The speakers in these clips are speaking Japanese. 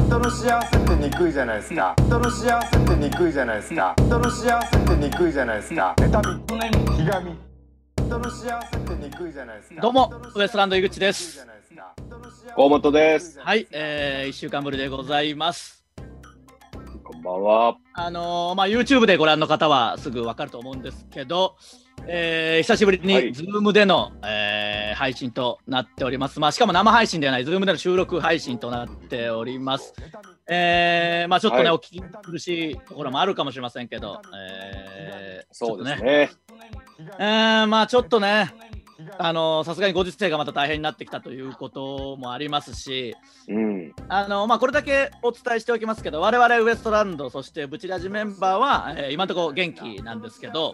人の幸せってにくいじゃないですか人の幸せってにくいじゃないですか人の幸せってにくいじゃないですか妬みひがみ人の幸せってにくいじゃないですかどうもウエストランド井口です河本ですはい、えー、1週間ぶりでございます。こんばんは。あのーまあ、YouTube でご覧の方はすぐわかると思うんですけど、えー久しぶりにはい Zoom での、えー配信となっております。まあ、しかも生配信ではない、Zoom での収録配信となっております。えーまあ、ちょっとね、はいお聞き苦しいところもあるかもしれませんけど、えーそうでちょすっとね。えーまあ、ちょっとね、あのーさすがにご時世がまた大変になってきたということもありますし、うん。あのまあ、これだけお伝えしておきますけど、我々ウエストランド、そしてブチラジメンバーは、えー今のところ元気なんですけど、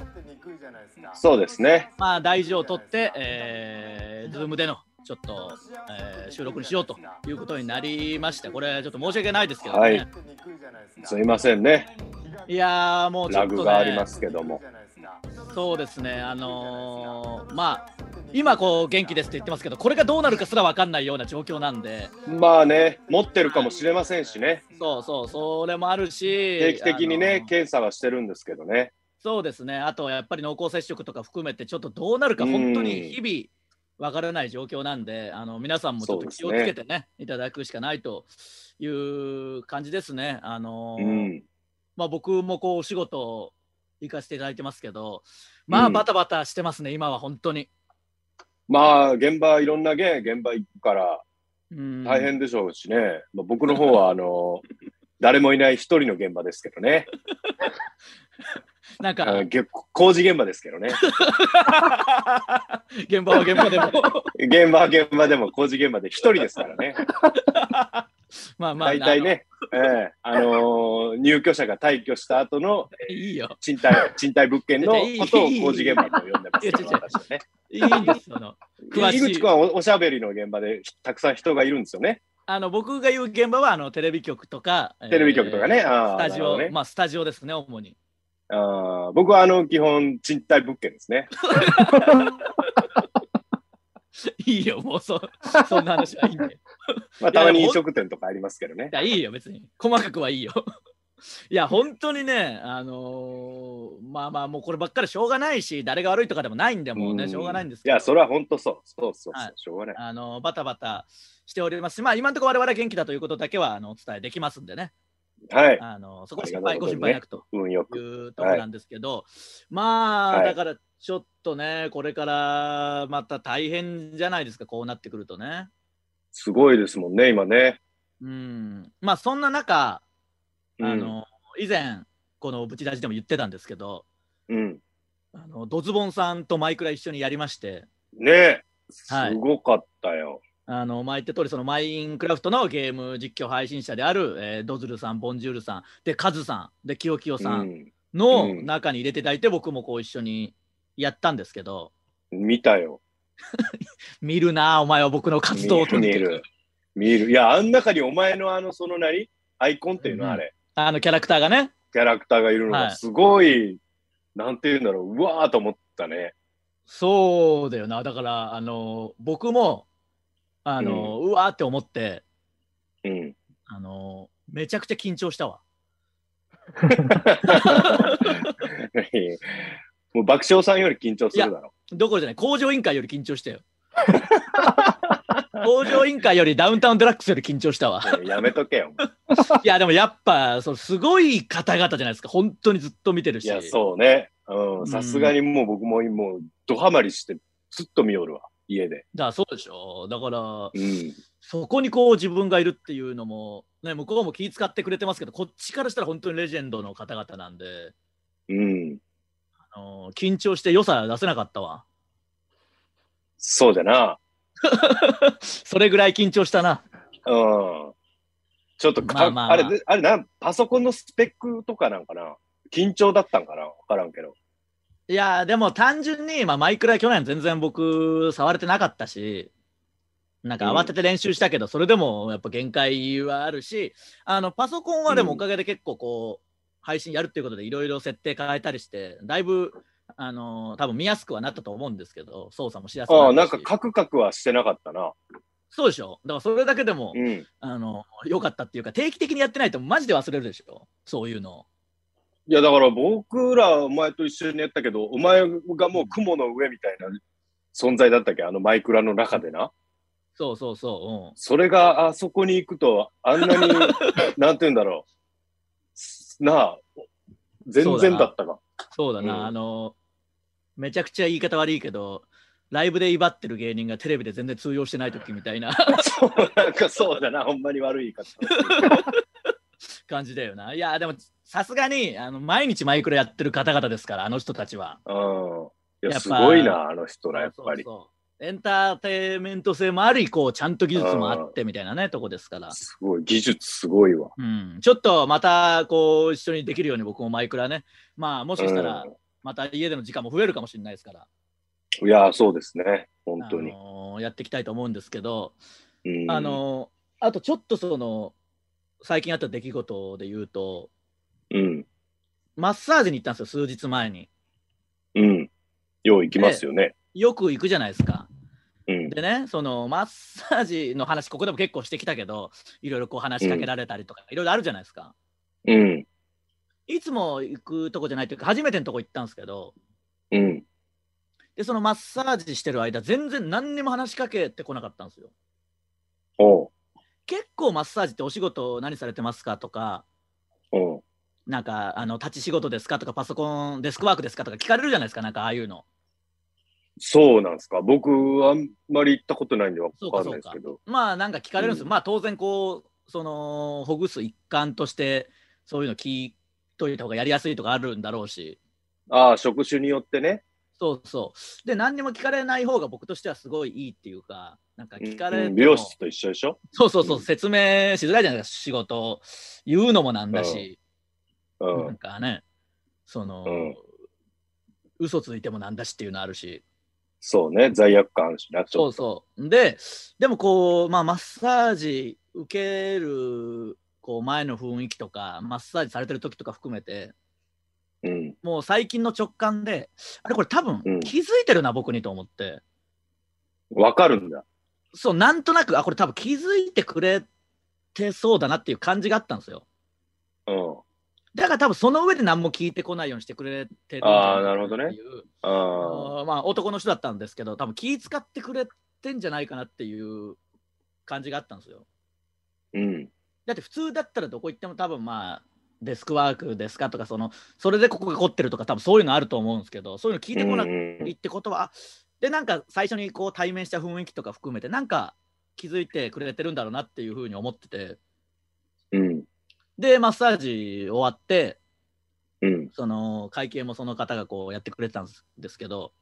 そうですね。まあ、大事を取って、えー、ズームでのちょっと、えー収録にしようということになりまして、これ、ちょっと申し訳ないですけどね、はいい、すいませんね。やー、もうちょラっグと、がありねま、すけども。そうですね、あのーまあ、今こう、元気ですって言ってますけど、これがどうなるかすら分かんないような状況なんで、まあね、持ってるかもしれませんしね。そうそう、 それもあるし、定期的にあねの、ー検査はしてるんですけどね。そうですね、あとやっぱり濃厚接触とか含めて、ちょっとどうなるか、うん本当に日々分からない状況なんで、あの皆さんもちょっと気をそうつですねけてね、いただくしかないという感じですね。あのうーん。まあ、僕もこうお仕事行かせていただいてますけど、まうあ、んバタバタしてますね、今は本当に。まあ、現場、いろんなげ現場行くからうん大変でしょうしね。まあ、僕の方は、あの、誰もいない一人の現場ですけどね。なんあかの、げ工事現場ですけどね。 現場は現場でも、 現場は現場でも工事現場で一人ですから ね。まあまあ、大体ね、ええあのー入居者が退去した後のあの、いいよ、賃 貸、賃貸物件のことを工事現場と呼んでますけいど、やいや私はね。いいんですよあの。詳しい井口君はおおしゃべりの現場でたくさん人がいるんですよね。あの僕が言う現場はあのテレビ局とか、テレビ局とかね。えーあスータジなるほオ、どねまあスタジオですね、主に。 あー僕はあの基本、賃貸物件です ね。いいよ、もう そそんな話はいいんで。いまあ、たまに飲食店とかありますけどね。や、 いいよ、別に。細かくはいいよ。 いや、本当にね、あのーまあまあ、もうこればっかりしょうがないし、誰が悪いとかでもないんで、もうね、んしょうがないんですいけど。や、それは本当そう。そうそうそう、はいしょうがない。あのバタバタしておりますし、まあ、今のところ我々は元気だということだけはあのお伝えできますんでね、はい。あのそこはあり心がた配いこごと心にね配なくと運よく。いうところなんですけど、まあ、はいだからちょっとね、これからまた大変じゃないですか、こうなってくるとね。すごいですもんね、今ね。うん、まあそんな中、うんあの以前、このブチラジでも言ってたんですけど、うん。あのドズボンさんとマイクラ一緒にやりまして、ねえ。すはいごかったよ。あの前言った通り、そのマインクラフトのゲーム実況配信者である、えードズルさん、ボンジュールさん、で、カズさん、で、キヨキヨさうんんのうん中に入れていただいて、僕もこう一緒にやったんですけど、見たよ。見るなあ、お前は僕の活動をと見にるか見くる。見る。いや、あん中にお前のあの、その何アイコンっていううのんあれ。あのキャラクターがね、キャラクターがいるのはが、いすごい、なんていうんだろう、うわーと思ったね。そうだよな、だから、あの僕もあの、うわーって思って、うん。 あのめちゃくちゃ緊張したわ。もう爆笑さんより緊張するだろ。どころじゃない、工場委員会より緊張した よ。工場委員会よりダウンタウンデラックスより緊張した わ。ややめと けよ。いや、でもやっぱ、そうすごい方々じゃないですか、本当にずっと見てるいし。や、そうね。ううんん。さすがにもう僕も、もう、ドハマりして、ずっと見よるわ。家で。だからそうでしょ。だから、うん。そこにこう自分がいるっていうのも、ね、向こうも気遣ってくれてますけど、こっちからしたら本当にレジェンドの方々なんで、うん。あの緊張して良さ出せなかったわ。 そうだな。それぐらい緊張したな。うんちょっとか、まあまあまああれで、あれなん、パソコンのスペックとかなんかな緊張だったんかなわからんけど。いや、でも単純に、まあ、マイクラ去年全然僕、触れてなかったし、なんか慌てて練習したけど、それでもやっぱ限界はあるし、あの、パソコンはでもうんおかげで結構こう、配信やるっていうことでいろいろ設定変えたりして、だいぶ、あの多分見やすくはなったと思うんですけど、操作もしやすくああ、ったなんしかカクカクはしてなかったな。そうでしょだからそれだけでも、うん。あの、良かったっていうか、定期的にやってないとマジで忘れるでしょそういうの。いや、だから僕ら、お前と一緒にやったけど、お前がもう雲の上みたいな存在だったっけあのマイクラの中でな。そうそうそそれがあそこに行くと、あんな に、なんて言うんだろう。なあ、全然だったか。う。うん、そうだな、うんあの、めちゃくちゃ言い方悪いけど、ライブで威張ってる芸人がテレビで全然通用してない時みたいな そう、なんかそうだな。ほんまに悪い言い方。感じだよな。いや、でも、さすがに、あの、毎日マイクラやってる方々ですから、あの人たちは。うん。やいや、っぱすごいな、あの人ら、やっぱり。そうそうそうエンターテインメント性もあり、こう、ちゃんと技術もあってみたいなね、とこですから。すごい、技術すごいわ。うん、ちょっとまた、こう、一緒にできるように僕もマイクラね。まあ、もしかしたらう、また家での時間も増えるかもしれないですから。んいや、そうですね。本当あに。のーやっていきたいと思うんですけど、うんあ、のーあとちょっとその、最近あった出来事で言うと、うん。マッサージに行ったんですよ、数日前に。うん。よう行きますよね。よく行くじゃないですか。うん。でね、そのマッサージの話、ここでも結構してきたけど、いろいろこう話しかけられたりとか、いろいろあるじゃないですか。うん。いつも行くとこじゃないというか、初めてのとこ行ったんですけど、うん。で、そのマッサージしてる間、全然何にも話しかけてこなかったんですよ。おう。結構マッサージってお仕事何されてますかとか、おう。なんか、あの、立ち仕事ですかとか、パソコン、デスクワークですかとか聞かれるじゃないですか、なんかああいうの。そうなんですか。僕、あんまり行ったことないんでわかんないですけど。まあ、なんか聞かれるんですよ。うんまあ、当然、こう、その、ほぐす一環として、そういうの聞いといた方がやりやすいとかあるんだろうし、ああ、職種によってね。そうそう。で、何にも聞かれない方が僕としてはすごいいいっていうか、なんか聞かれても、うん美容室と一緒でしょそうそうそう、うん説明しづらいじゃないですか、仕事を言うのもなんだし、うなんん。かね、その、うん嘘ついてもなんだしっていうのあるし、そうね。罪悪感あるしな、ちそょっうそう。で、でもこう、まあ、マッサージ受けるこう前の雰囲気とか、マッサージされてる時とか含めて、と。うん。もう最近の直感で、あれ、これ多分うん気づいてるな、僕にと思って。わかるんだ。そう、なんとなく、あ、これ多分気づいてくれてそうだなっていう感じがあったんですよ。うん。だから多分その上で何も聞いてこないようにしてくれてるんじゃあーいかなるほどねっていうああ。あーまあ男の人だったんですけど、多分気使ってくれてんじゃないかなっていう感じがあったんですよ。うん。だって普通だったらどこ行っても多分まあ、デスクワークですかとか、その、それでここが凝ってるとか、多分そういうのあると思うんですけど、そういうの聞いてこなういんってことは、あで、なんか最初にこう対面した雰囲気とか含めて、なんか気づいてくれてるんだろうなっていうふうに思ってて、うん。で、マッサージ終わって、うん。その会計もその方がこうやってくれてたんですですけど、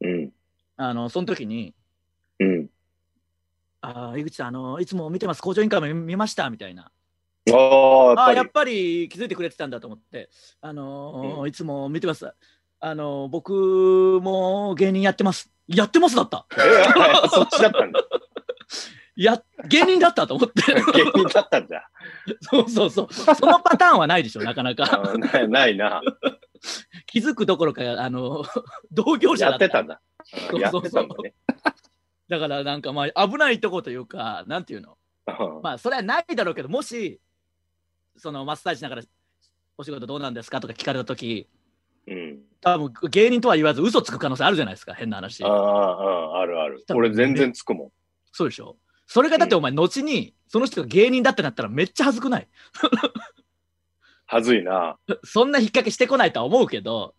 うん。あのその時に、うん。ああ、井口さん、あのいつも見てます、工場委員会も見見ましたみたいな、あああ、あ、ややっっぱぱり気づいてくれてたんだと思って、あのーいつも見てます、あのー僕も芸人やってます、やってますだった、り。えーそっちだったんだ。や芸人だったと思って、 芸人だったんだ。 そうそうそう、そのパターンはないでしょ、なかなか。あーないないな。気づくどころか、あのー同業者やだっったてたんだ。そうんうやそっうてそたうんだね。だからなんかまあ危ないとこというか、なんていうの、うんまあそれはないだろうけど、もし、そのマッサージしながら、お仕事どうなんですかとか聞かれたとき、うん。多分芸人とは言わず、嘘つく可能性あるじゃないですか、変な話あ。あ、あああるある。多分俺全然つくもん。そうでしょ。それがだってお前、後に、その人が芸人だってなったらめっちゃ恥ずくない。 はずいな。そんな引っ掛けしてこないとは思うけど、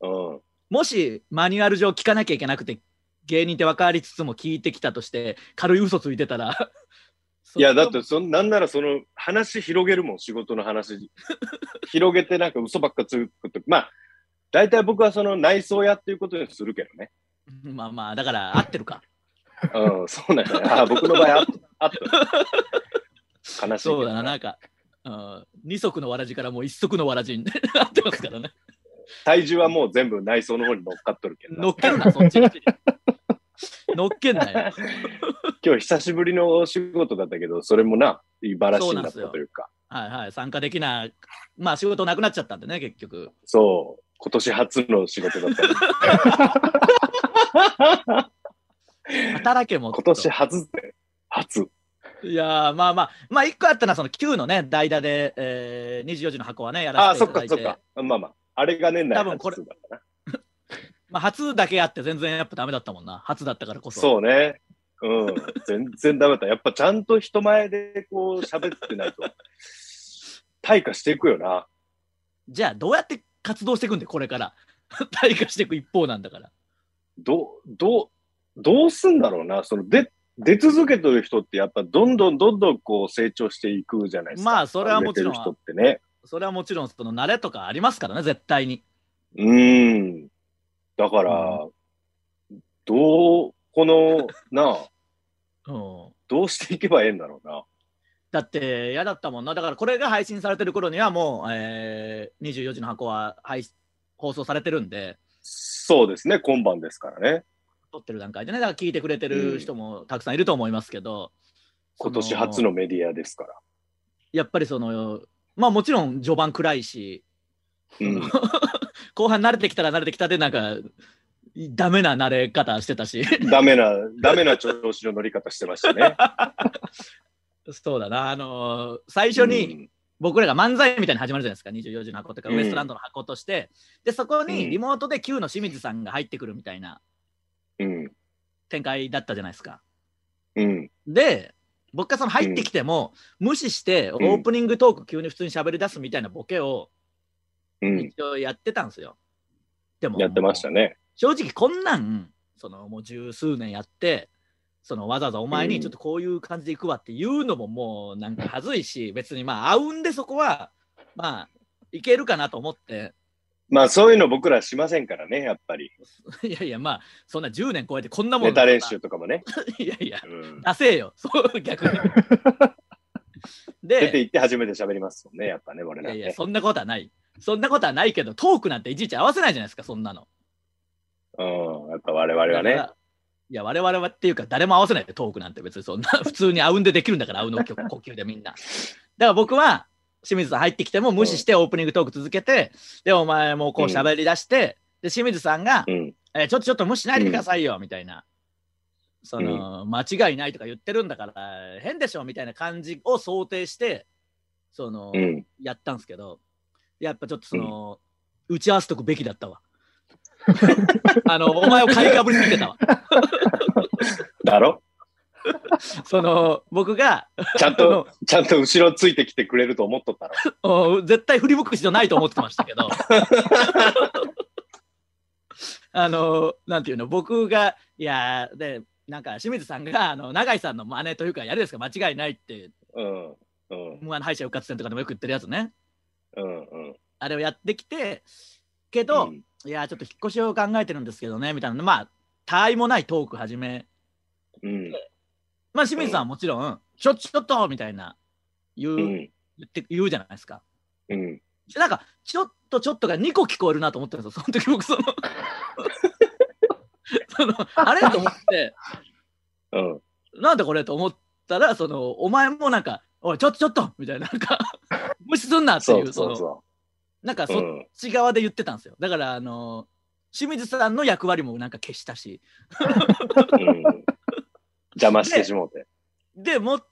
うん。もしマニュアル上聞かなきゃいけなくて、芸人って分かりつつも聞いてきたとして、軽い嘘ついてたら、いや、だって、そん、なんならその、話広げるもん、仕事の話。 広げてなんか嘘ばっかつくと。まあ、大体僕はその内装屋っていうことにするけどね。まあまあ、だから合ってるか。うん、そうなんだよ。ああ、僕の場合あっ、あった。悲しいけど。そうだな、なんか、うん、二足のわらじからもう一足のわらじに なってますからね。体重はもう全部内装の方に乗っかっとるけどな。乗っけんな、そっちに。 乗っけんなよ。今日久しぶりのお仕事だったけど、それもな、茨城だったというか。はいはい、参加できない。まあ仕事なくなっちゃったんでね、結局。そう。今年初の仕事だった。働けもっと今年初って。初。いやーまあまあ、まあ、一個あったのは、その Q のね、代打で、えー、24時の箱はね、やあらあ、せてそいだい、ったかそってか。まあまあ。あれが年内多分これ初だからな。まあ、初だけあって、全然やっぱダメだったもんな、初だったからこそ。そうね。うん。全然ダメだった。やっぱちゃんと人前でこう喋ってない と、退化していくよな。じゃあ、どうやって活動していくんで、これから。 退化していく一方なんだから。ど、ど、どうすんだろうな。その、で、出続けてる人ってやっぱどんどんどんどんこう成長していくじゃないですか。まあそれはもちろん売れてる人ってね。それはもちろん、その慣れとかありますからね、絶対に。うん。だから、どう、この、なあ、うん、どうしていけばええんだろうな。だって、嫌だったもんな。だから、これが配信されてる頃には、もう、えー、24時の箱は配放送されてるんで、そうですね、今晩ですからね。撮ってる段階でね、だから聞いてくれてる人もたくさんいると思いますけど、今年初のメディアですから。やっぱりその、まあもちろん序盤暗いし、うん。後半慣れてきたら慣れてきたで、なんか、ダメな慣れ方してたし、ダメな、ダメな調子の乗り方してましたね。 そうだな、あのー最初に僕らが漫才みたいに始まるじゃないですか、24時の箱とか、うんウエストランドの箱として、で、そこうにんリモートで Q の清水さんが入ってくるみたいなうん、展開だったじゃないですか。うん、うん、で、僕がその入ってきても、無視してオんープニングトーク急に普通に喋り出すみたいなボケをうん。一応やってたんですよ。でもやってましたね。正直こんなんそのもう十数年やってそのわざわざお前うにんちょっとこういう感じで行くわっていうのももうなんか恥ずいし別にまあ合うんでそこはまあいけるかなと思って まあそういうの僕らしませんからね、やっぱり。いやいやまあそんな10年超えてこんなもんネタ練習とかもね。 いやいやうん出せよ そう逆 に出てで行って初めて喋りますもんね、やっぱね、我いらやいやね。そんなことはないそんなことはないけどトークなんていちいち合わせないじゃないですかそんなのうん、やっぱ我々はだかね。らいや、我々はっていうか、誰も合わせないでトークなんて別にそんな、 普通にあうんでできるんだから、あうんの呼 吸呼吸でみんな。だから僕は、清水さん入ってきても無視してオープニングトーク続けて、で、お前もこう喋り出して、で、清水さんが、うん、えーちょっとちょっと無視しないでくださいよ、みたいな。その、間違いないとか言ってるんだから、変でしょ、みたいな感じを想定して、その、うん。やったんですけど、やっぱちょっとその、打ち合わせとくべきだったわ。 あの、お前を買いかぶりすぎてたわ。だろその、僕が、ちゃんあと、のちゃんと後ろついてきてくれると思っとったろ。お絶対振り向く必要ないと思ってましたけど、 あの、なんていうの、僕が、いやー、で、なんか清水さんが、あの、永井さんの真似というか、やるですか、間違いないって、うん、うん、無の敗者復活戦とかでもよく言ってるやつね。うん、うん。あれをやってきて、けど、いやー、ちょっと引っ越しを考えてるんですけどね、みたいな、まあ、他愛もないトーク始め、うん、まあ、清水さんはもちろん、ちょっとちょっとみたいな言う,、う言ん、って言うじゃないですか。うん。なんか、ちょっとちょっとが2個聞こえるなと思ったんですよ、その時僕、そ のその、あれと思って、うん、なんでこれと思ったら、その、お前もなんか、おい、ちょっとちょっとみたいな、なん か、無視すんなってそいう、うそうのそなんかう。そっうんち側で言ってたんですよ。だから、あの清水さんの役割もなんか消したし、うん邪魔してしもうて。でもっ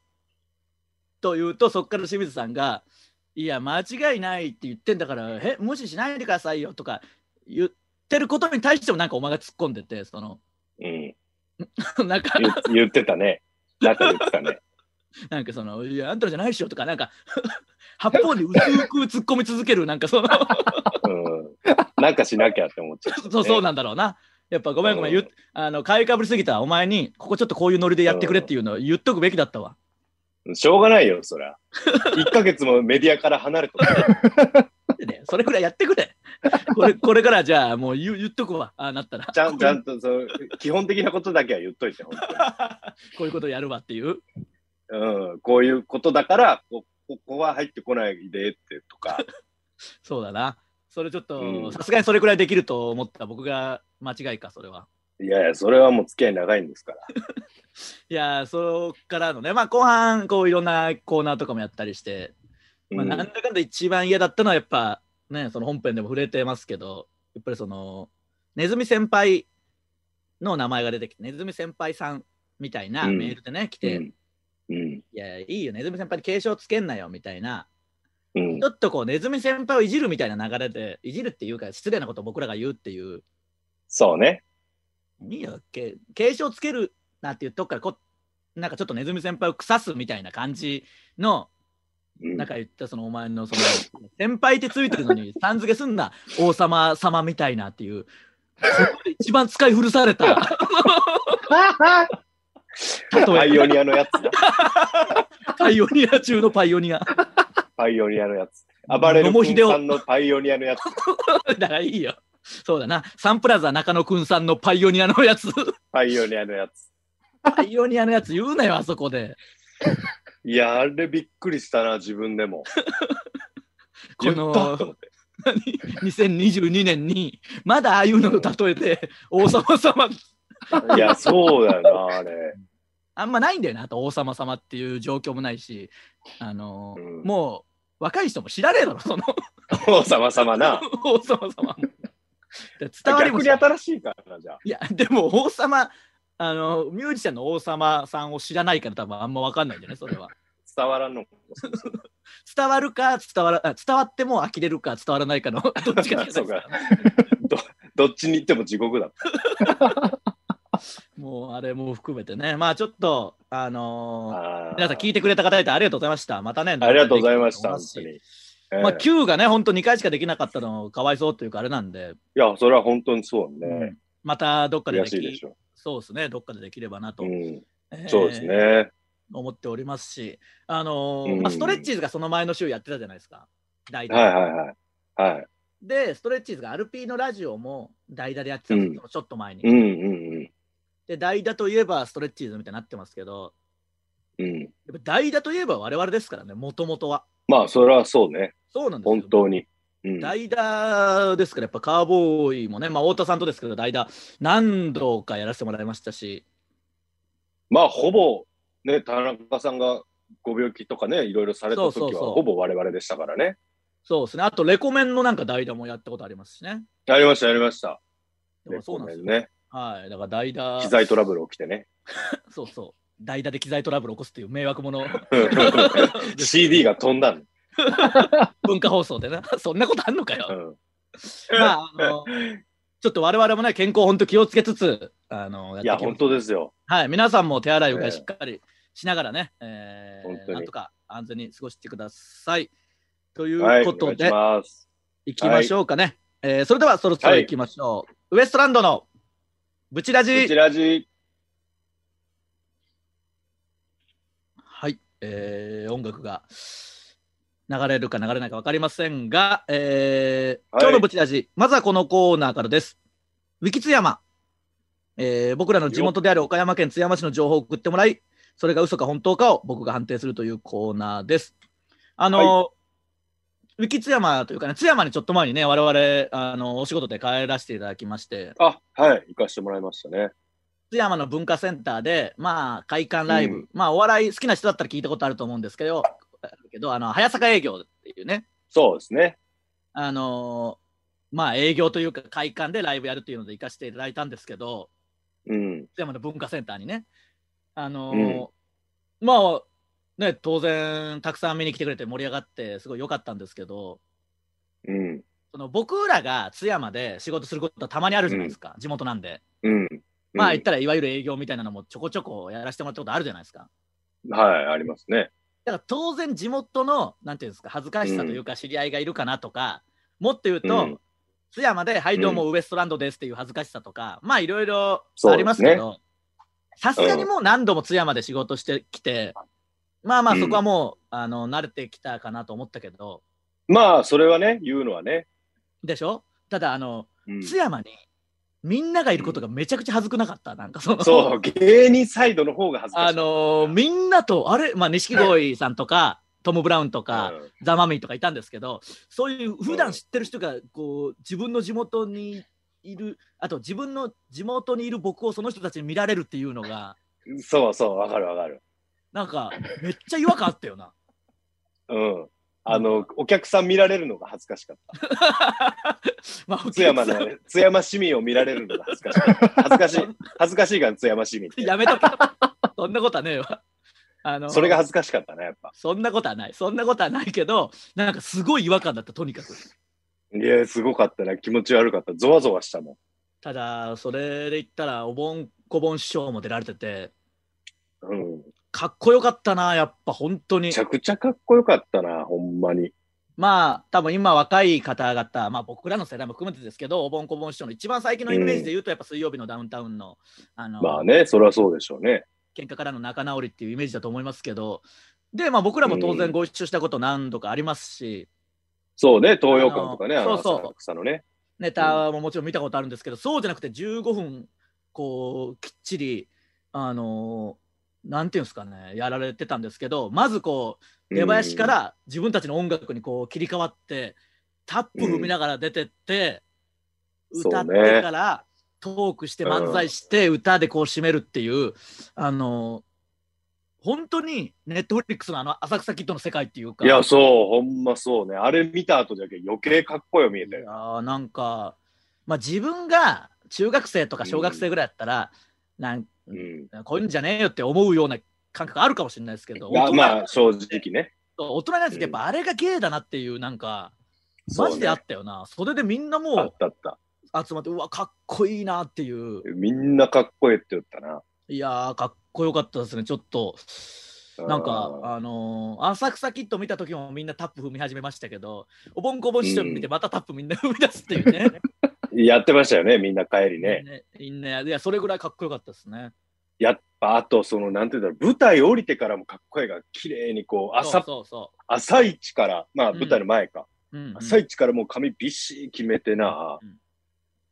と言うとそっから清水さんが「いや間違いない」って言ってんだから「え無視しないでくださいよ」とか言ってることに対してもなんかお前が突っ込んでてそのうん。なんか言言ってたね。なんか言ってたね。なんかその「いやあんたのじゃないっしょ」とかなんか 八方に薄く突っ込み続けるなんかそ のうん。なんかしなきゃって思っちゃった、そうそうなんだろうな。やっぱごめんごめん、言っあの買いかぶりすぎたお前にここちょっとこういうノリでやってくれっていうのを言っとくべきだったわ。うんしょうがないよ、そりゃ。1ヶ月もメディアから離れとった。ね、それくらいやってくれ。これこれからじゃあもう言う言っとくわ。ああなったら。ちゃんちゃんとその、基本的なことだけは言っといて、本こういうことやるわっていう。当に。うん。こういうことだから、こここは入ってこないでってとか。そうだな。それちょっうと、んさすがにそれくらいできると思った僕が間違いか、それは。いやいや、それはもう付き合い長いんですから。いやー、そこからのね、まあ後半、こういろんなコーナーとかもやったりして、まあ、うんなんだかんだ一番嫌だったのはやっぱ、ね、その本編でも触れてますけど、やっぱりその、ネズミ先輩の名前が出てきて、ネズミ先輩さんみたいなうんメールでね、来うて、んうん。いや、いいよ、ネズミ先輩に警鐘つけんなよみたいな、うんち。ょっとこう、ネズミ先輩をいじるみたいな流れで、いじるっていうか、失礼なことを僕らが言うっていう、そうね。いいよ、け警鐘つけるなっていうとこからこ、なんかちょっとネズミ先輩を腐すみたいな感じの、うんなんか言った、そのお前の、その、 先輩ってついてるのに、さん付けすんな、王様様みたいなっていう、ここで一番使い古された、 パイオニアのやつだ。パイオニア中のパイオニア。 パイオニアのやつ。暴れる君さんのパイオニアのやつ。だからいいよ。そうだな。サンプラザ中野くんさんのパイオニアの やつ。パイオニアのやつ。パイオニアのやつ言うなよ、あそこで。いや、あれびっくりしたな、自分でも。 こ言のったと思って2022年に、まだああいうのと例えて、王様様、いや、そうだよな、あれ。あんまないんだよな、あと王様様っていう状況もないし、あの、うんもう若い人も知らねえだろ、その王様様な。 王様様も。で伝わりも逆しにない。新しいからな、じゃあ。いや、でも王様、あの、ミュージシャンの王様さんを知らないから多分あんま分かんないんじゃないそれは。伝わらんの。伝わるか伝わらあ伝わっても呆れるか伝わらない かのどっちかじゃないですそうかか。どどっちに行っても地獄だ。もうあれも含めてねまあちょっとあのあーー皆さん聞いてくれた方いたらありがとうございましたまたねありがとうございました、ま本す当に。ええまあ Q がね本当2回しかできなかったのもかわいそうというかあれなんで、いや、それは本当にそうだね。またどっかで悔でしいでしきょ。そうですねどっかでできればなと、うん、えーそうですね。思っておりますしあのーうんまあ、ストレッチーズがその前の週やってたじゃないですか代打はいはいはい。はい。でストレッチーズが RP のラジオも代打でやってたんですよ、ちょっと前に、うんうんで代打といえばストレッチーズみたいになってますけどうん。うん、やっぱ代打といえば我々ですからね、もともとは。まあ、それはそうね。そうなんですよ。本当に。うん、代打ですから、やっぱカーボーイもね、まあ、太田さんとですけど、代打、何度かやらせてもらいましたし、まあ、ほぼ、ね、田中さんがご病気とかね、いろいろされた時そうは、そうそうほぼ我々でしたからね。そうですね、あとレコメンのなんか代打もやったことありますしね。やりました、やりました。だからそうなんですよ。ね。はい、だから代打機、材トラブル起きて ね。そうそう、代打で機材トラブル起こすっていう迷惑者、 CD が飛んだの。文化放送でね、そんな ことあんのかよう。んまあ、あの、ちょっと我々もね、健康、本当気をつけつつ、あの、いや、っていきま本す当ですよ。はい、皆さんも手洗いうがいええしっかりしながらね、え本当ー、になんとか安全に過ごしてください。といはうい、こおと願いで、します。い、きましょうかね、えーそれではそろそろいきましょう。ウエストランドのブチラうちジ。らじ、はい、えー、音楽が流れるか流れないか分かりませんが、えーはい今日のブチラジ、まずはこのコーナーからです。ウィキ津山、えー僕らの地元である岡山県津山市の情報を送ってもらい、それが嘘か本当かを僕が判定するというコーナーです。あのーウィキ津山というかね、津山にちょっと前にね、我々、あのお仕事で帰らせていただきまして、あ、はい、行かしてもらいましたね。津山の文化センターで、まあ、会館ライブ、うまあ、お笑い好きな人だったら聞いたことあると思うんですけど、あるけどあの早坂営業っていうね、そうですね。あのーまあ、営業というか、会館でライブやるというので行かせていただいたんですけど、うん。津山の文化センターにね、あのーまあ、ね、当然、たくさん見に来てくれて盛り上がって、すごい良かったんですけど、うん。その僕らが津山で仕事することはたまにあるじゃないですか、地元なんで。うん。まあ、う言っんたらいわゆる営業みたいなのもちょこちょこやらせてもらったことあるじゃないですか。はい、ありますね。だから当然地元の、なんていうんですか、恥ずかしさというか、知り合いがいるかなとか、もっと言うと、うん津山で、はい、うんどうもウエストランドですっていう恥ずかしさとか、まあいろいろそうですねありますけど、さすがにもう何度も津山で仕事してきて、まあまあそこはもう、あの慣れてきたかなと思ったけど、まあ、それはね、言うのはね。でしょただ、あの、うん津山にみんながいることがめちゃくちゃ恥ずくなかった、なんかその。そう、芸人サイドの方が恥ずかしあい。のみんなと、あれ、まあ、錦鯉さんとか、トム・ブラウンとか、うんザ・マミィとかいたんですけど、そういう普段知ってる人がこう自分の地元にいる、あと自分の地元にいる僕をその人たちに見られるっていうのが、そうそう、わかるわかる。なんかめっちゃ違和感あったよな。 うん。あの、お客さん見られるのが恥ずかしかった。まあ、津山の、ね、津山市民を見られるのが恥ず かしかった。恥ずかしい。恥ずかしいから津山市民って。やめとけ。そんなことはねえわ。 あのそれが恥ずかしかったね、やっぱ。そんなことはない。そんなことはないけど、なんかすごい違和感だった、とにかく。いや、すごかったね。気持ち悪かった。ゾワゾワしたもん。ただ、それで言ったら、お盆、小盆師匠も出られてて、うん。かっこよかったな、やっぱ本当にめち。ゃくちゃかっこよかったな、ほんまに。まあ、多分今若い方々、まあ僕らの世代も含めてですけど、お盆小盆師匠の一番最近のイメージで言うと、やっぱ水曜日のダウンタウンの、あの、まあね、そりゃそうでしょうね。喧嘩からの仲直りっていうイメージだと思いますけど、で、まあ僕らも当然ご一緒したこと何度かありますし、そうね、東洋館とかね、ああのの、そうそう浅草のね。ネタももちろん見たことあるんですけど、そうじゃなくて15分、こう、きっちり、あのなんていうんですかね、やられてたんですけど、まずこう、出囃子から自分たちの音楽にこう切り替わって、タップ踏みながら出てって、うん歌ってから、トークして漫才して、歌でこう締めるっていう、あの本当にネットフリックスのあの浅草キッドの世界っていううか。ん。いや、そう、ほんまそうね。あれ見た後だけ余計かっこよ見えたいよ。やーなんか、まあ、自分が中学生とか小学生ぐらいだったら、なんうん。こういうんじゃねえよって思うような感覚あるかもしれないですけど、大が人,、まあ、正直ね。大人になってやっぱあれが芸だなっていう、なんか、そマうねジであったよな。それでみんなあっもたあった。う集まって、うわ、かっこいいなっていう、みんなかっこええって言ったな。いやー、かっこよかったですね、ちょっと。なんか、ああのー浅草キッド見た時もみんなタップ踏み始めましたけど、おぼんこぼん師匠見てまたタップみんな踏み出すっていうね。やってましたよね、みんな帰り ね。ね。いいね。いや、それぐらいかっこよかったですね。やっぱ、あと、その、なんていうんだろう、舞台降りてからもかっこええが、綺麗にこう、朝、そうそ朝一から、まあ、うん舞台の前か。うそう。うんうん朝一からもう髪ビシッ決めてな、うん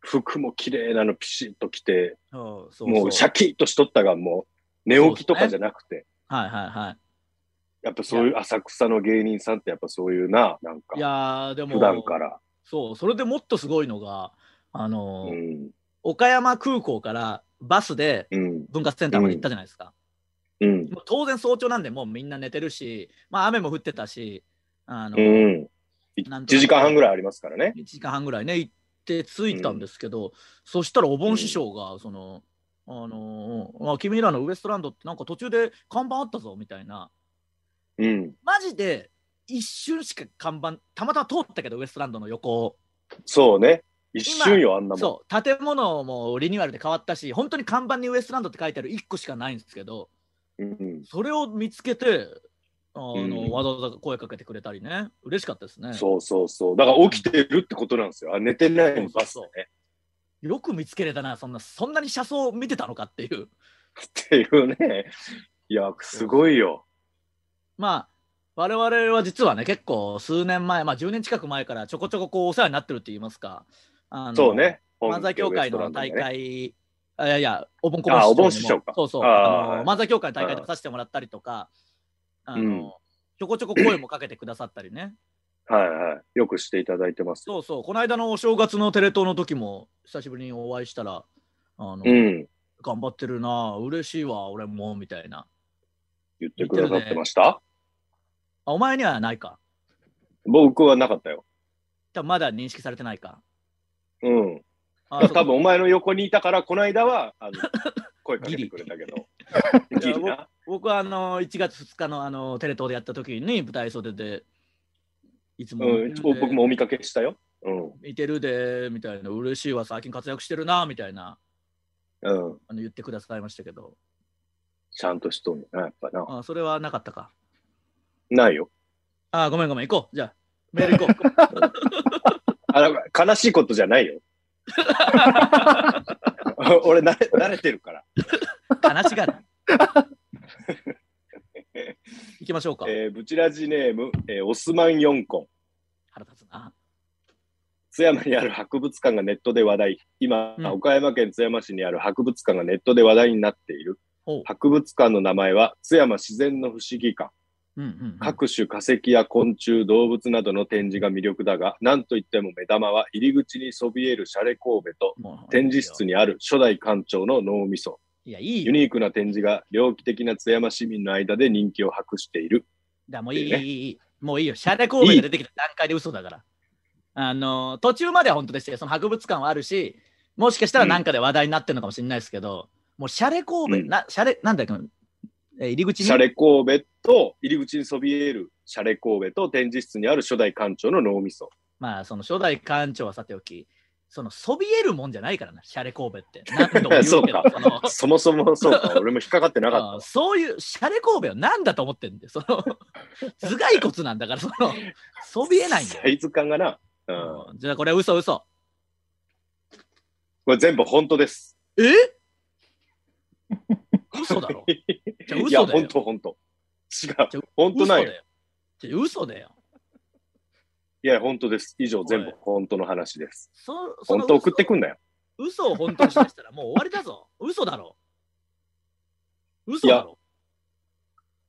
服も綺麗なのピシッと着て、そうそうもうシャキッとしとったが、もう寝起きとかじゃなくて、はいはいはやっぱそういう浅草の芸人さんってやっぱそういうな、なんい。いか、やーでも、普段から。そう、それでもっとすごいのが、あのうー、ん、岡山空港からバスでうん、文化センターまで行ったじゃないですか。うん、 もう当然早朝なんで、もうみんな寝てるし、まあ雨も降ってたし、あのうー、ん。1時間半ぐらいありますからね。 1時間半ぐらいね、行って着いたんですけど、そしたらお盆師匠が、その、あのーあ君らのウエストランドってなんか途中で看板あったぞみたいな、うん。マジで一瞬しか看板、たまたま通ったけど、ウエストランドの横を。そうね。一瞬よ、あんなもん。そう、建物もリニューアルで変わったし、本当に看板にウエストランドって書いてある1個しかないんですけど、うんそれを見つけて、あのうんわざわざ声かけてくれたりね、嬉しかったですね。そうそうそう。だから起きてるってことなんですよ。あ寝てないのにバスでね。よく見つけれたな、そんな、そんなに車窓を見てたのかっていう。っていうね。いや、すごいよ。まあ、我々は実はね、結構数年前、まあ10年近く前からちょこちょここうお世話になってるって言いますか。あのそうね。漫才協会の大ね。会、あいやいや、お盆こあおぼん盆師師匠に匠もかそうそう、あーあの漫才協会の大会でうもんさせてもらったりとか、あうのんちょこちょこ声もかけてくださったりね、はいはい。よくしていただいてます。そうそう、この間のお正月のテレ東の時も、久しぶりにお会いしたら、あのうん。頑張ってるな、嬉しいわ、俺も、みたいな。言ってくださってましたあお前にはないか。僕はなかったよ。多分まだ認識されてないか。うん。あそうか多分お前の横にいたから、この間は、 あの、声かけてくれたけど。ギリギリな。僕はあの1月2日のあのテレ東でやった時に舞台袖でいつもうん。僕もお見かけしたよ。うん。見てるでみたいな嬉しいわ最近活躍してるなみたいなうん。あの言ってくださいましたけどちゃんとしとんねんな、やっぱな。あそれはなかったかないよ。あごめんごめん行こうじゃあメール行こうあだから悲しいことじゃない よ。俺慣れ、慣れてるから。 悲しがる行きましょうか、えーブチラジネーム、えーオスマン四コン。腹立つな津山にある博物館がネットで話題。今、うん岡山県津山市にある博物館がネットで話題になっている。ほう博物館の名前は、津山自然の不思議館。うんうんうん各種化石や昆虫、動物などの展示が魅力だが、なんといっても目玉は入り口にそびえるシャレ神戸と、もう展示室にある初代館長の脳みそ。いやいいユよニークな展示が、猟奇的な津山市民の間で人気を博している。だもういい、ねいいいいもういいよ。シャレ神戸が出てきた段階で嘘だから。あの、途中までは本当でしたよ。その博物館はあるし、もしかしたらなんかで話題になってるのかもしれないですけど、もうシャレ神戸、うんな、シャレ、なんだっけ、えー入り口にシャレ神戸と、入り口にそびえるシャレ神戸と展示室にある初代館長の脳みそ。まあ、その初代館長はさておき、そのそびえるもんじゃないからな、シャレ神戸って。何度も言うけど、 そそうかのそもそもそう か、俺も引っかかってなかった。あーそういう、シャレ神戸は何だと思ってんで、 その、頭蓋骨なんだから、その、そびえないんだよ。サイズ感がな。うん。うんじゃあ、これは嘘嘘。これ全部本当です。え嘘だろ。じゃあ、い嘘や、だよ。本当本当。違じゃう。本当嘘だないよ。よ。じゃあ嘘だよ。いや、本当です。以上、全お部い本当の話です。そその本当送ってくんなよ。嘘を本当にしだしたらもう終わりだぞ。嘘だろ。嘘だろ。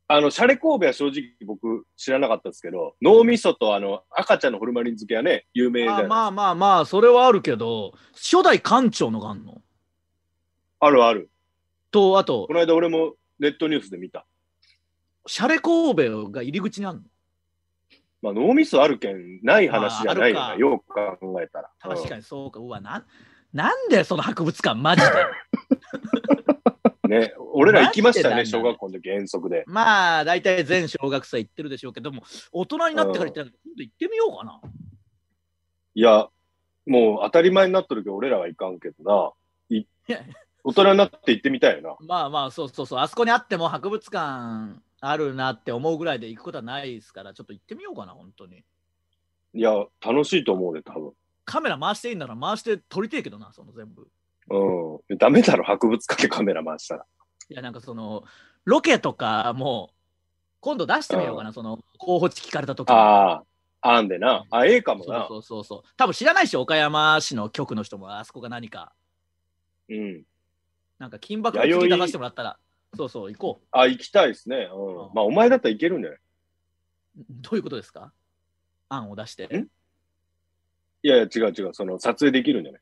あの、シャレ神戸は正直僕知らなかったですけど、脳みそとあの、赤ちゃんのホルマリン漬けはね、有名じゃあないーまあまあまあ、それはあるけど、初代館長のがあんのあるある。と、あとこ、の間俺もネットニュースで見た。シャレ神戸が入り口にあんのまあ、脳みそあるけん、ない話じゃないよまああな、るかよく考えたら。確かにそうか。うわ、な、なんでその博物館、マジで。うんね、俺ら行きましたよマね、ジでなん小だ学校の時遠足で。まあ、大体全小学生行ってるでしょうけども、大人になってから行ってないから、今度行ってみようかな。いや、もう当たり前になっとるけど、俺らは行かんけどな。 いいや大人になって行ってみたいよな。まあまあ、そうそうそう。あそこにあっても博物館あるなって思うぐらいで行くことはないですから、ちょっと行ってみようかな、本当に。いや、楽しいと思うで、多分。カメラ回していいなら回して撮りてえけどな、その全部。うん。ダメだろ、博物館でカメラ回したら。いや、なんかその、ロケとかも、今度出してみようかな、その、候補地聞かれた時にああ、あんでな。あ、ええかもそうな。そうそうそう。多分知らないし、岡山市の局の人も、あそこが何か、うん。なんか金箔の次流してもらったら、そうそう、行こあ、行きたいですね。うん。うん。まあ、お前だったらいけるんじゃないうどういうことですか案を出して。んいやいや、違う違う。その、撮影できるんじゃない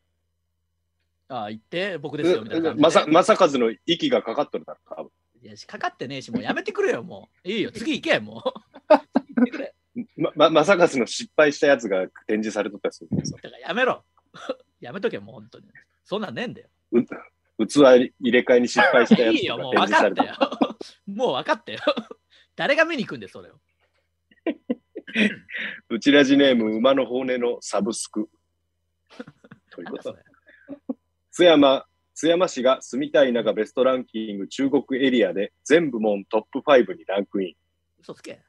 ああ、行って、僕ですよ、みたいな感じで。まさ、まさかずの息がかかっとるだろ、多分。いや、かかってねえし、もうやめてくれよ、もう。いいよ、次行け、もう。次行ってく れま、ま、まさかずの失敗したやつが展示されとったりするんですよ。だからやめろ。 やめとけ、もう、本当に。そんなんねえんだよ。う器入れ替えに失敗した やいついよ、がもう展分示かさっれたたよ。 もう分かったよ。誰が見に行くんで、それを。うちらじネーム、馬の骨のサブス ク。というなんこだとそでれ津山、津山市が住みたい中ベストランキング中国エリアで全部門トップ5にランクイン。嘘つけ。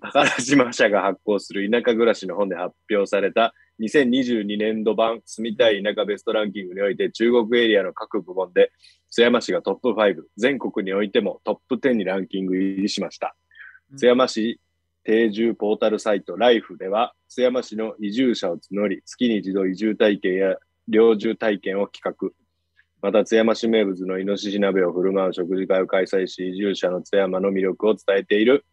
宝島社が発行する田舎暮らしの本で発表された2022年度版住みたい田舎ベストランキングにおいて中国エリアの各部門で津山市がトップ5、全国においてもトップ10にランキング入りしました。うん津山市定住ポータルサイトライフでは津山市の移住者を募り月に一度移住体験や領住体験を企画また津山市名物のイノシシ鍋を振る舞う食事会を開催し移住者の津山の魅力を伝えている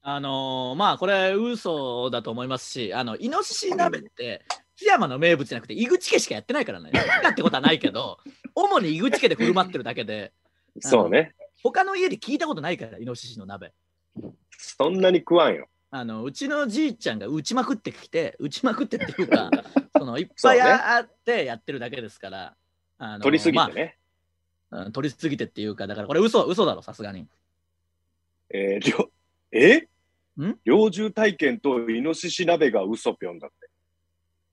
あのーまあ、これ、嘘だと思いますし、あの、イノシシ鍋って、津山の名物じゃなくて、井口家しかやってないからね。だってことはないけ ど、主に井口家で振る舞ってるだけで、そうね他の家で聞いたことないから、イノシシの鍋。そんなに食わんよあのうちのじいちゃんが打ちまくってきて打ちまくってっていう かそのいっぱいそうねああってやってるだけですから、あの取りすぎてね、まあうん取りすぎてっていうかだからこれ嘘嘘だろさすがにえーりょえん領住体験とイノシシ鍋が嘘ぴょんだって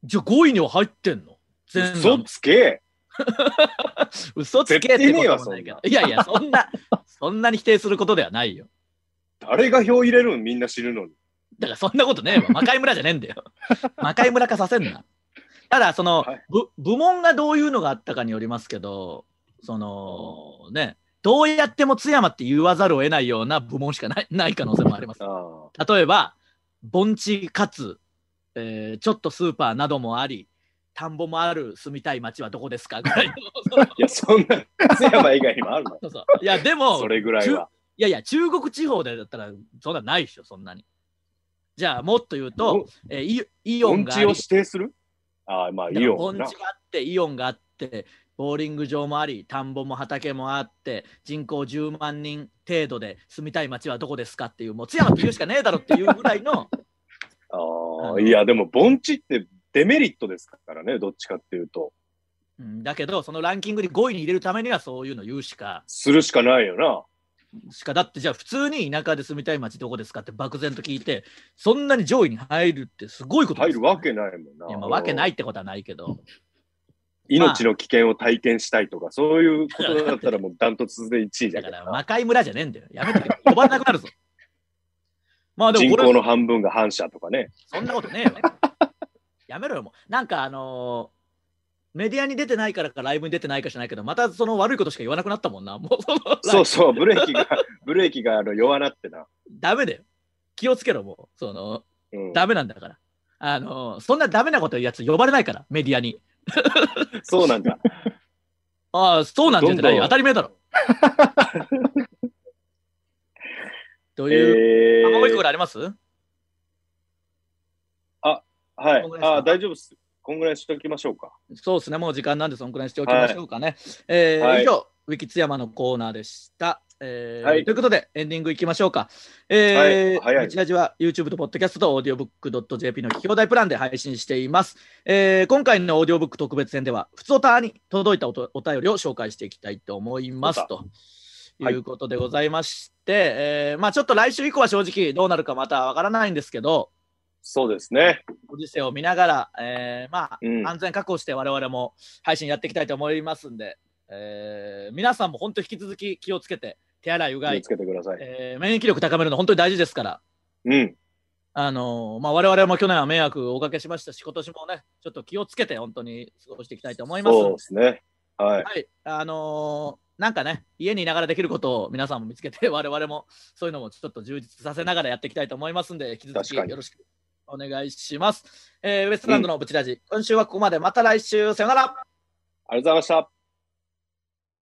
じゃあ5位には入ってんの全嘘つけ嘘つけってこともないけど絶いやいやそんなそんなに否定することではないよ誰が票入れるんみんな知るのにだからそんなことねえわ 魔界村じゃねえんだよ魔界村化させんなただその、はいぶ部門がどういうのがあったかによりますけどそのねどうやっても津山って言わざるを得ないような部門しかないない可能性もありますああ例えば盆地かつ、えーちょっとスーパーなどもあり田んぼもある住みたい街はどこですかぐらいのいや、そんな、津山以外にもあるのそう そういやでもそれぐらいは。いやいや中国地方でだったらそんなないでしょそんなにじゃあもっと言うと、えーイイイオン盆があ地りを指定するああ、まあ、だイからオ盆ン地がなあ。ってイオンがあってボーリング場もあり田んぼも畑もあって人口10万人程度で住みたい街はどこですかっていうもう津山って言うしかねえだろっていうぐらい のあああ、のいや、でも盆地ってデメリットですからね、どっちかっていうと。うんだけどそのランキングに5位に入れるためにはそういうの言うしかするしかないよしか、だってじゃあ普通に田舎で住みたい街どこですかって漠然と聞いて、そんなに上位に入るってすごいことで入するよわけないもんな。。いやまあわけないいってことはないけど、命の危険を体験したいとか、そういうことだったらもうダントツで1位じゃだかからら魔界村じゃねえんだよ。やめて、呼ばれなくなる ぞ。まあで人もこ口れ、の半分が反射とかね。そんなことねえ わ。やめろよ、もう。なんかあのーメディアに出てないからかライブに出てないかじゃないけど、またその悪いことしか言わなくなったもんな。も うそのそうそう、ブレーキ が、ブレーキがあの弱なってな。ダメだよ。気をつけろ、もう。その、うん、ダメなんだから。あのーそんなダメなこと言うやつ呼ばれないから、メディアに。そうなんだ。ああ、そうなんじゃないよ。どんどん当たり前 だろ。とえいう、あもう一個ぐー、らいありますはいこんぐらいです。かあ、大丈夫っす。こんぐらいしときましょうか。そうですね、もう時間なんで、そんくらいにしておきましょうかね。えーはい以上、ウィキツヤマのコーナーでした。えーはいということで、エンディングいきましょうか。えーはい早いウチラジは YouTube と Podcast と audiobook.jp の聞き放題プランで配信しています。えー今回のオーディオブック特別編では、普通ターに届いたおとお便りを紹介していきたいと思いますそうと。はいいうことでございまして、えーまあちょっと来週以降は正直どうなるかまたわからないんですけど、そうですね。ご時世を見ながら、えーまあ、うん安全確保して我々も配信やっていきたいと思いますんで、えー皆さんも本当引き続き気をつけて、手洗い、う気がをいつ、けてください。えー免疫力高めるの本当に大事ですから、うん。あのーまあ、我々も去年は迷惑をおかけしましたし、今年もね、ちょっと気をつけて本当に過ごしていきたいと思います。そうですね。はい。はい、あのーなんかね、家にいながらできることを皆さんも見つけて、我々もそういうのもちょっと充実させながらやっていきたいと思いますんで、引き続き確かによろしくお願いします。えーウエストランドのブチラジ、今週はここまで、また来週、さよならありがとうございました。